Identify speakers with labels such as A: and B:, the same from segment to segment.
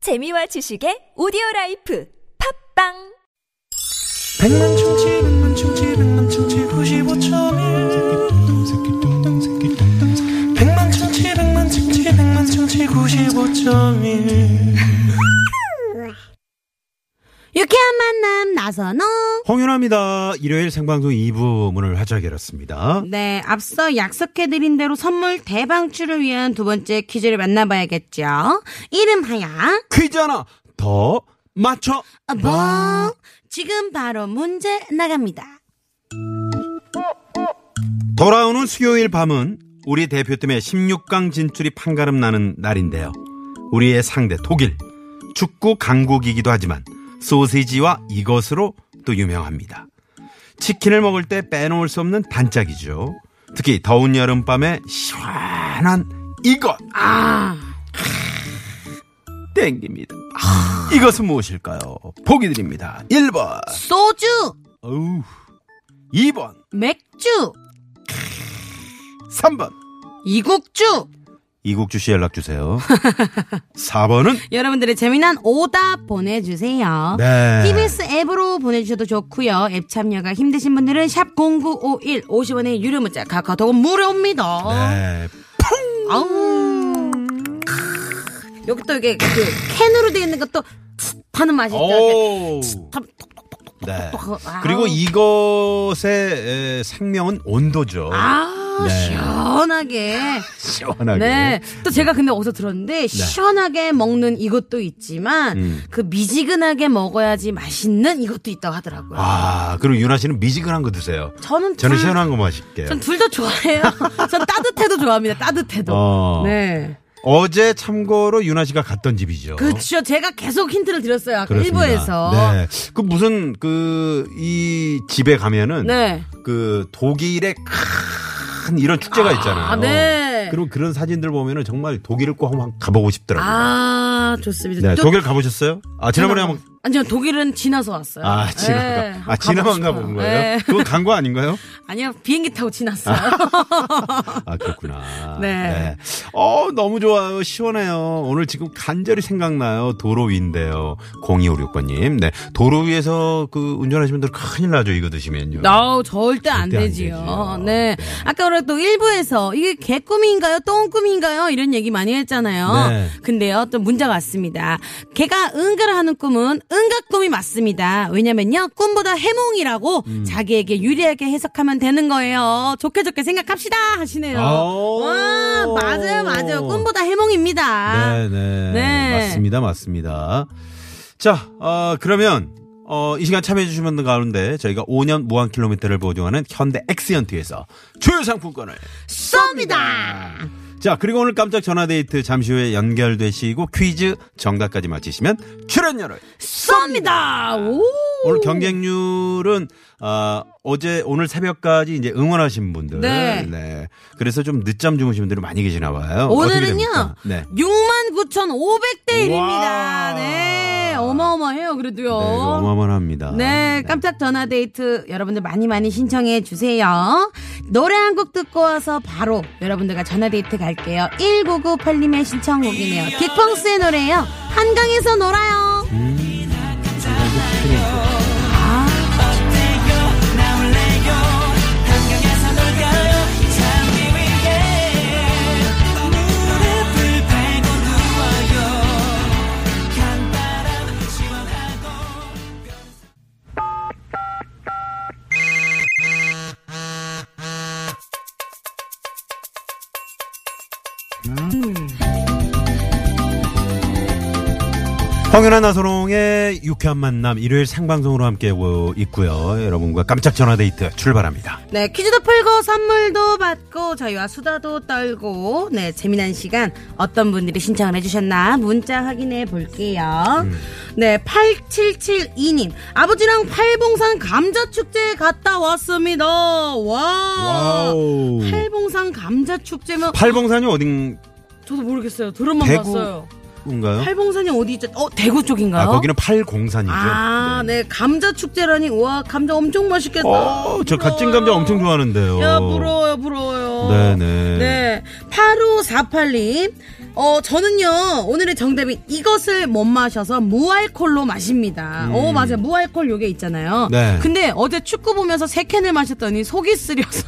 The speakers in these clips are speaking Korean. A: 재미와 지식의 오디오 라이프 팝빵
B: 백만 충치 백만 충치 백만 충치 구십오점일 백만 충치 백만 충치 백만 충치 구십오점일
C: 유쾌한 만남 나선호.
D: 홍윤아입니다. 일요일 생방송 2부 문을 활짝 열었습니다.
C: 네, 앞서 약속해드린 대로 선물 대방출을 위한 두 번째 퀴즈를 만나봐야겠죠. 이름하여
D: 퀴즈 하나 더 맞춰.
C: 뭐 지금 바로 문제 나갑니다.
D: 돌아오는 수요일 밤은 우리 대표팀의 16강 진출이 판가름 나는 날인데요. 우리의 상대 독일 축구 강국이기도 하지만 소시지와 이것으로 또 유명합니다. 치킨을 먹을 때 빼놓을 수 없는 단짝이죠. 특히 더운 여름밤에 시원한 이것
C: 아,
D: 땡깁니다. 아, 이것은 무엇일까요? 보기 드립니다. 1번
C: 소주,
D: 어우. 2번,
C: 맥주,
D: 3번.
C: 이국주.
D: 이국주 씨 연락 주세요. 4번은
C: 여러분들의 재미난 오답 보내주세요.
D: 네.
C: TBS 앱으로 보내주셔도 좋고요. 앱 참여가 힘드신 분들은 샵 0951 50원의 유료 문자 카카오톡은 무료입니다.
D: 네.
C: 아우. 크. 여기 또 이게 그 캔으로 되어 있는 것도 치- 하는 맛이 있죠.
D: 오. 네.
C: 아우.
D: 그리고 이것의 에, 생명은 온도죠.
C: 아,
D: 네.
C: 시원하게.
D: 시원하게. 네.
C: 네. 또 제가 근데 어디서 들었는데 시원하게 먹는 이것도 있지만
D: 음.
C: 그 미지근하게 먹어야지 맛있는 이것도 있다고 하더라고요.
D: 아, 그리고 윤아 씨는 미지근한 거 드세요.
C: 저는
D: 저는
C: 둘-
D: 시원한 거 마실게요.
C: 전 둘 다 좋아해요. 전 따뜻해도 좋아합니다. 따뜻해도.
D: 어.
C: 네.
D: 어제 참고로 윤아 씨가 갔던 집이죠.
C: 그렇죠. 제가 계속 힌트를 드렸어요. 아까
D: 그렇습니다.
C: 일부에서.
D: 네. 그 무슨 그 이 집에 가면은
C: 네.
D: 그 독일의 큰 이런 축제가 있잖아요.
C: 아, 네.
D: 어, 그리고 그런 사진들 보면은 정말 독일을 꼭 한번 가보고 싶더라고요.
C: 아, 좋습니다.
D: 네,
C: 또-
D: 독일 가보셨어요? 아 지난번에 한번
C: 아니, 저 독일은 지나서 왔어요.
D: 아 지나가
C: 네,
D: 아
C: 가보고
D: 지나만
C: 싶어요.
D: 가본 거예요?
C: 네.
D: 그건 간 거 아닌가요?
C: 아니요, 비행기 타고 지났어요.
D: 아 그렇구나.
C: 네.
D: 어 너무 좋아요. 시원해요. 오늘 지금 간절히 생각나요. 도로 위인데요. 0256번님. 네. 도로 위에서 그 운전하시는 분들 큰일 나죠. 이거 드시면요.
C: 아우, 절대 안
D: 절대 안
C: 되지요.
D: 되지요.
C: 네.
D: 네.
C: 아까 우리 또 1부에서 이게 개꿈인가요? 똥꿈인가요? 이런 얘기 많이 했잖아요.
D: 네.
C: 근데요, 또 문제가 왔습니다. 개가 응가를 하는 꿈은 응가꿈이 맞습니다. 왜냐면요, 꿈보다 해몽이라고
D: 음.
C: 자기에게 유리하게 해석하면 되는 거예요. 좋게 좋게 생각합시다! 하시네요.
D: 아오.
C: 와, 맞아요, 맞아요. 꿈보다 해몽입니다.
D: 네네.
C: 네.
D: 맞습니다. 맞습니다. 자, 어, 그러면, 어, 이 시간 참여해주신 분들 가운데 저희가 5년 무한킬로미터를 보증하는 현대 엑시언트에서 주요상품권을
C: 쏩니다!
D: 자, 그리고 오늘 깜짝 전화데이트 잠시 후에 연결되시고 퀴즈 정답까지 맞히시면 출연료를.
C: 쏩니다! 오!
D: 오늘 경쟁률은, 아, 어제, 오늘 새벽까지 이제 응원하신 분들.
C: 네.
D: 그래서 좀 늦잠 주무신 분들이 많이 계시나 봐요. 어떻게
C: 오늘은요,
D: 됩니까? 네.
C: 69,500대 1입니다.
D: 와.
C: 네. 어마어마해요, 그래도요.
D: 네, 이거 어마어마합니다.
C: 네, 깜짝 전화 데이트 여러분들 많이 많이 신청해 주세요. 노래 한 곡 듣고 와서 바로 여러분들과 전화 데이트 갈게요. 1998님의 신청곡이네요. 딕펑스의 노래예요. 한강에서 놀아요.
D: 황윤아 나선홍의 유쾌한 만남 일요일 생방송으로 함께하고 있고요. 여러분과 깜짝 전화데이트 출발합니다.
C: 네, 퀴즈도 풀고 선물도 받고 저희와 수다도 떨고 네, 재미난 시간 어떤 분들이 신청을 해주셨나 문자 확인해 볼게요.
D: 음.
C: 네, 8772님 아버지랑 팔봉산 감자축제 갔다 왔습니다. 와.
D: 와우.
C: 팔봉산 감자축제면
D: 팔봉산이 어딘가요?
C: 저도 모르겠어요. 들어만
D: 대구.
C: 봤어요. 팔봉산이 어디 있죠? 어, 대구 쪽인가요?
D: 아, 거기는 팔공산이죠.
C: 아, 네. 감자 축제라니. 와, 감자 엄청 맛있겠다.
D: 어, 저
C: 부러워.
D: 갓진 감자 엄청 좋아하는데요. 네,
C: 야, 부러워요, 부러워요.
D: 네네.
C: 네. 85482님. 어, 저는요, 오늘의 정답인 이것을 못 마셔서 무알콜로 마십니다. 오, 맞아요. 무알콜 요게 있잖아요.
D: 음. 네.
C: 근데 어제 축구 보면서 세 캔을 마셨더니 속이 쓰려서.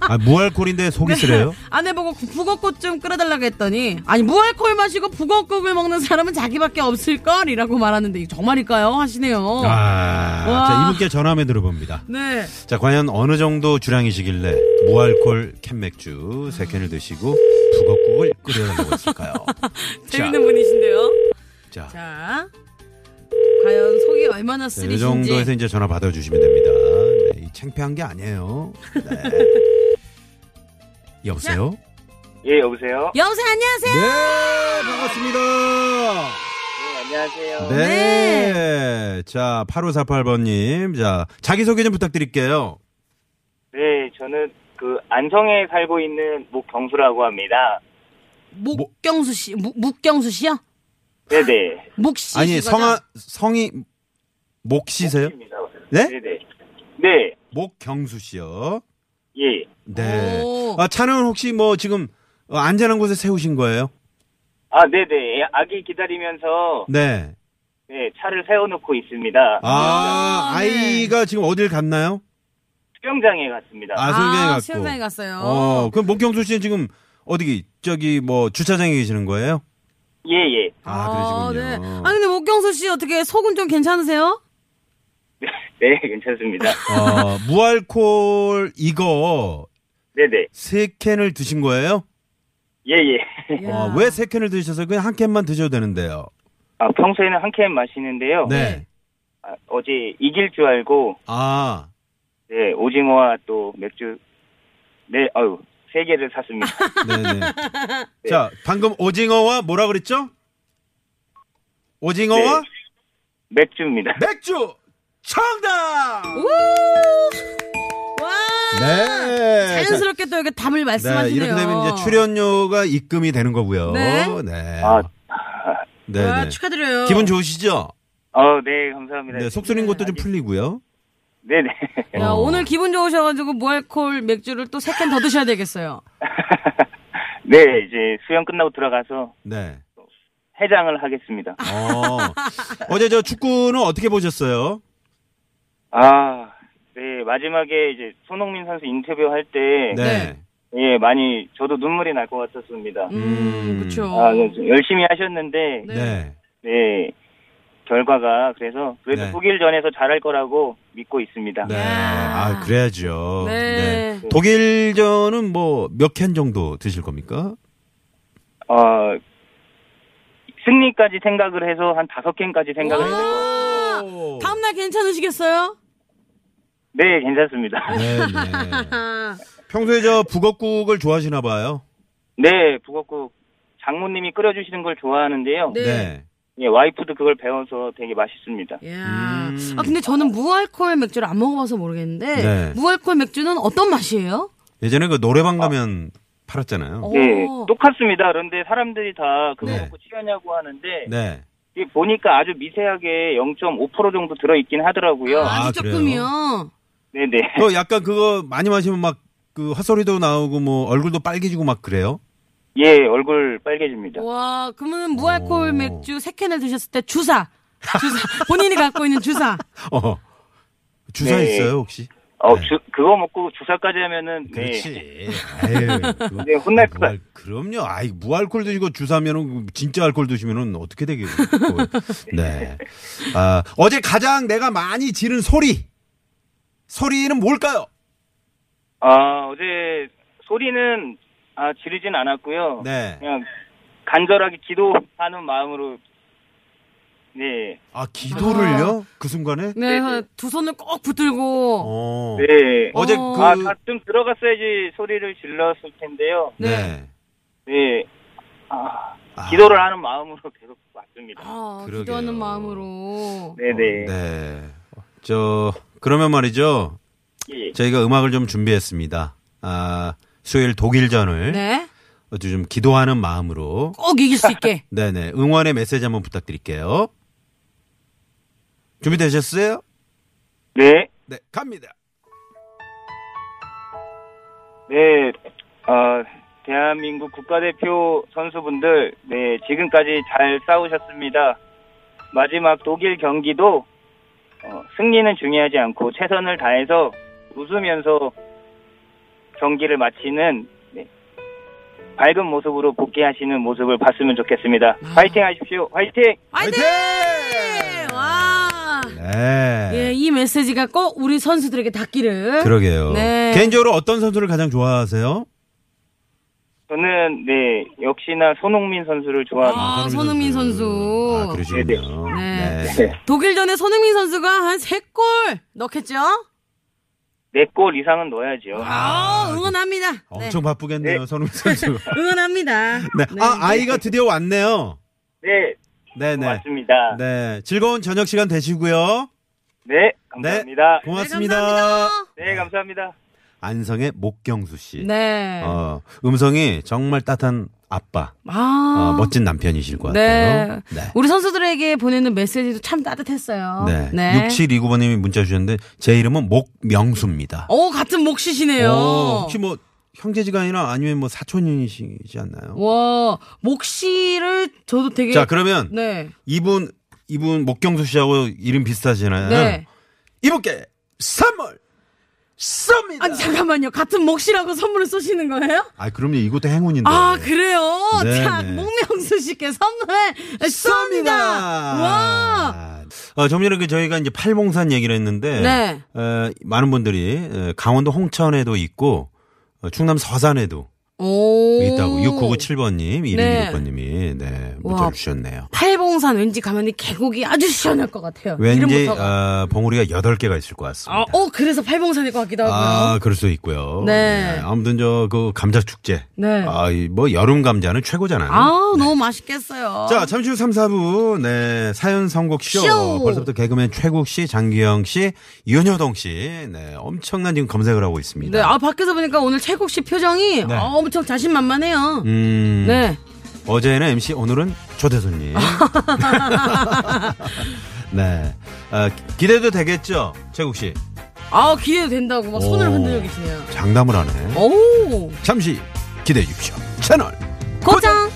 D: 아, 무알콜인데
C: 네.
D: 속이 쓰려요?
C: 아내 보고 구- 북어국 좀 끓여달라고 했더니, 아니, 무알콜 마시고 북어국을 먹는 사람은 자기밖에 없을걸? 이라고 말하는데, 이게 정말일까요? 하시네요.
D: 아,
C: 어. 와.
D: 자, 이분께 전화해 들어봅니다.
C: 네.
D: 자, 과연 어느 정도 주량이시길래 무알콜 캔맥주 세캔을 드시고 북어국을 끓여달라고 했을까요?
C: 재밌는 분이신데요.
D: 자, 자,
C: 자. 과연 속이 얼마나
D: 네, 이
C: 쓰리신지.
D: 정도에서 이제 전화 받아주시면 됩니다. 네, 이 창피한 게 아니에요. 네. 여보세요?
E: 예, 여보세요?
C: 여보세요, 안녕하세요.
D: 네, 반갑습니다.
E: 네, 안녕하세요.
D: 네. 자, 8548번님. 자, 자기소개 좀 부탁드릴게요.
E: 네, 저는 그 안성에 살고 있는 목경수라고 합니다.
D: 뭐-
C: 목경수 씨, 무, 묵경수 씨요?
E: 네네.
C: 목씨.
D: 아니,
C: 씨가죠?
D: 성아, 성이, 목씨세요?
E: 입니다.
D: 네?
E: 네네. 네,
D: 목경수 씨요.
E: 예.
D: 네.
C: 오.
D: 아, 차는 혹시 뭐 지금 어, 안전한 곳에 세우신 거예요?
E: 아, 네네. 아기 기다리면서
D: 네.
E: 네, 차를 세워놓고 있습니다.
D: 아,
C: 아, 네.
D: 아이가 지금 어딜 갔나요?
E: 수영장에 갔습니다.
D: 아, 수영장에
C: 아,
D: 갔고.
C: 수영장에 갔어요.
D: 어, 그럼 목경수 씨는 지금 어디, 저기 뭐 주차장에 계시는 거예요?
E: 예, 예.
D: 아,
C: 네.
D: 그러시군요.
C: 아, 근데 목경수 씨 어떻게 속은 좀 괜찮으세요?
E: 네, 괜찮습니다.
D: 어, 무알콜 이거
E: 네네.
D: 세 캔을 드신 거예요?
E: 예, 예.
D: 어, 왜 세 캔을 드셔서 그냥 한 캔만 드셔도 되는데요?
E: 아, 평소에는 한 캔
C: 어.
E: 마시는데요.
D: 네.
E: 아, 어제 이길 줄 알고,
D: 아,
E: 네, 오징어와 또 맥주, 네, 아유, 세 개를 샀습니다.
D: 네네. 자, 방금 오징어와 뭐라 그랬죠? 오징어와
E: 네. 맥주입니다.
D: 맥주! 정답!
C: 와!
D: 네.
C: 자연스럽게 또 이렇게 답을
D: 자, 네,
C: 말씀하시네요.
D: 이렇게 되면 이제 출연료가 입금이 되는 거고요.
C: 네.
D: 네.
E: 아,
D: 네,
C: 와,
D: 네.
C: 아, 축하드려요.
D: 기분 좋으시죠?
E: 어, 네, 감사합니다.
D: 아, 네, 속 쓰린 것도 좀 풀리고요.
E: 네네.
C: 야,
D: 어.
C: 오늘 기분 좋으셔가지고 무알콜 맥주를 또 세 캔 더 드셔야 되겠어요.
E: 네, 이제 수영 끝나고 들어가서
D: 네.
E: 해장을 하겠습니다.
D: 어. 어제 저 축구는 어떻게 보셨어요?
E: 아, 네, 마지막에 이제 손흥민 선수 인터뷰할 때,
D: 네.
E: 예, 많이, 저도 눈물이 날 것 같았습니다.
C: 음,
D: 음.
C: 그쵸.
E: 아, 네, 좀 열심히 하셨는데,
D: 네.
E: 네,
C: 네.
E: 결과가, 그래서, 그래도
D: 네.
E: 독일전에서 잘할 거라고 믿고 있습니다.
D: 네. 아, 그래야죠.
C: 네.
D: 네. 독일전은 뭐 몇 캔 정도 드실 겁니까?
E: 어, 승리까지 생각을 해서 한 다섯 캔까지 생각을 해서,
C: 아. 와! 다음날 괜찮으시겠어요?
E: 네, 괜찮습니다.
D: 네, 네.
C: 아,
D: 평소에 저 북엇국을 좋아하시나 봐요.
E: 네, 북엇국 장모님이 끓여주시는 걸 좋아하는데요.
C: 네.
E: 예, 와이프도 그걸 배워서 되게 맛있습니다.
C: 예. 야.
D: 음.
C: 아, 근데 저는 무알콜 맥주를 안 먹어봐서 모르겠는데,
D: 네.
C: 무알콜 맥주는 어떤 맛이에요?
D: 예전에 그 노래방
E: 아.
D: 가면 팔았잖아요.
E: 네,
C: 오.
E: 똑같습니다. 그런데 사람들이 다 그거
D: 네.
E: 먹고 취하냐고 하는데
D: 네.
E: 이게 보니까 아주 미세하게 0.5% 정도 들어있긴 하더라고요.
D: 아,
C: 아주
D: 그래요?
C: 조금이요.
E: 네네.
D: 그 약간 그거 많이 마시면 막 그 헛소리도 나오고 뭐 얼굴도 빨개지고 막 그래요?
E: 예, 얼굴 빨개집니다.
C: 와, 그러면 무알콜
D: 오.
C: 맥주 세캔을 드셨을 때 주사. 주사. 본인이 갖고 있는 주사.
D: 어. 주사
E: 네.
D: 있어요, 혹시?
E: 어,
D: 네.
E: 주, 그거 먹고 주사까지 하면은 네.
D: 그렇지. 아유. 그거 뭐
E: 네, 혼날 것
D: 무알- 그럼요. 아이, 뭐 무알콜 드시고 주사면은 진짜 알콜 드시면은 어떻게 되겠고. 네. 아, 어제 가장 내가 많이 지른 소리. 소리는 뭘까요?
E: 아, 어제 소리는 아, 지르진 않았고요.
D: 네.
E: 그냥 간절하게 기도하는 마음으로 네.
D: 아, 기도를요? 그 순간에?
C: 네, 두 손을 꼭 붙들고.
D: 어.
E: 네.
D: 어제
C: 어.
D: 그
E: 아, 가끔 들어갔어야지 소리를 질렀을 텐데요.
D: 네.
E: 네. 아,
D: 아.
E: 기도를 하는 마음으로 계속 왔습니다.
C: 아,
D: 그러게요.
C: 기도하는 마음으로.
E: 네네.
D: 네. 저 그러면 말이죠.
E: 예.
D: 저희가 음악을 좀 준비했습니다. 아, 수요일 독일전을
C: 네.
D: 아주 좀 기도하는 마음으로
C: 꼭 이길 수 있게.
D: 네네 응원의 메시지 한번 부탁드릴게요. 준비되셨어요?
E: 네.
D: 네, 갑니다.
E: 네. 아, 대한민국 국가대표 선수분들, 네, 지금까지 잘 싸우셨습니다. 마지막 독일 경기도 어, 승리는 중요하지 않고 최선을 다해서 웃으면서 경기를 마치는 네, 밝은 모습으로 복귀하시는 모습을 봤으면 좋겠습니다. 화이팅 하십시오. 화이팅!
C: 화이팅! 와.
D: 네.
C: 예, 이 메시지가 꼭 우리 선수들에게 닿기를.
D: 그러게요.
C: 네.
D: 개인적으로 어떤 선수를 가장 좋아하세요?
E: 저는 네 역시나 손흥민 선수를 좋아합니다.
C: 아, 손흥민 선수.
D: 아, 그러시군요.
C: 네.
D: 네.
C: 독일전에 손흥민 선수가 한 세 골 넣겠죠?
D: 아,
E: 네 골 이상은 넣어야죠.
C: 아, 응원합니다. 네,
D: 엄청 바쁘겠네요, 손흥민 선수.
C: 응원합니다.
D: 네. 아, 아이가 드디어 왔네요.
E: 네,
D: 네네.
E: 고맙습니다. 네,
D: 네. 즐거운 저녁 시간 되시고요.
E: 감사합니다.
D: 네. 고맙습니다.
C: 네, 감사합니다.
E: 네, 감사합니다.
D: 안성의 목경수 씨.
C: 네.
D: 어, 음성이 정말 따뜻한 아빠.
C: 아.
D: 어, 멋진 남편이실 것
C: 네.
D: 같아요. 네.
C: 우리 선수들에게 보내는 메시지도 참 따뜻했어요.
D: 네. 6729번님이 문자 주셨는데 제 이름은 목명수입니다.
C: 오, 어, 같은 몫이시네요.
D: 오, 혹시 뭐 형제지간이나 아니면 뭐 사촌이시지 않나요?
C: 와, 어, 몫이를 저도 되게.
D: 자 그러면
C: 네.
D: 이분 이분 목경수 씨하고 이름 비슷하시잖아요.
C: 네.
D: 이분께 선물 쏩니다.
C: 아니, 잠깐만요. 같은 몫이라고 선물을 쏘시는 거예요?
D: 아 그럼요 이것도 행운인데.
C: 아, 그래요?
D: 네,
C: 자,
D: 네.
C: 목명수 씨께 선물 쏩니다. 와.
D: 어, 좀 전에 그 저희가 이제 팔봉산 얘기를 했는데
C: 네.
D: 에, 많은 분들이 에, 강원도 홍천에도 있고 어, 충남 서산에도
C: 오.
D: 있다고 6997번님,
C: 네.
D: 1216번님이 네, 문자
C: 와.
D: 를 주셨네요.
C: 팔봉산 왠지 가면 이 계곡이 아주 시원할 것 같아요.
D: 왠지
C: 이름부터가.
D: 어, 봉우리가 8개가 있을 것 같습니다.
C: 아, 어, 그래서 팔봉산일 것 같기도 하고요.
D: 아, 그럴 수 있고요.
C: 네.
D: 아무튼 저 그 감자 축제.
C: 네.
D: 아, 이뭐 여름 감자는 최고잖아요.
C: 아, 너무 맛있겠어요.
D: 자, 잠시 후 3, 4부, 네, 사연 선곡 쇼.
C: 쇼.
D: 벌써부터 개그맨 최국 씨, 장기영 씨, 윤여동 씨. 네, 엄청난 지금 검색을 하고 있습니다.
C: 네, 아, 밖에서 보니까 오늘 최국 씨 표정이
D: 네.
C: 아, 엄청 자신만만해요.
D: 음,
C: 네.
D: 어제는 MC, 오늘은 초대 손님. 네. 아, 기대도 되겠죠? 최국 씨.
C: 아, 기대도 된다고 막 손을
D: 오.
C: 흔들고 계시네요.
D: 장담을 하네.
C: 오,
D: 잠시 기대해 주십시오. 채널.
C: 고장!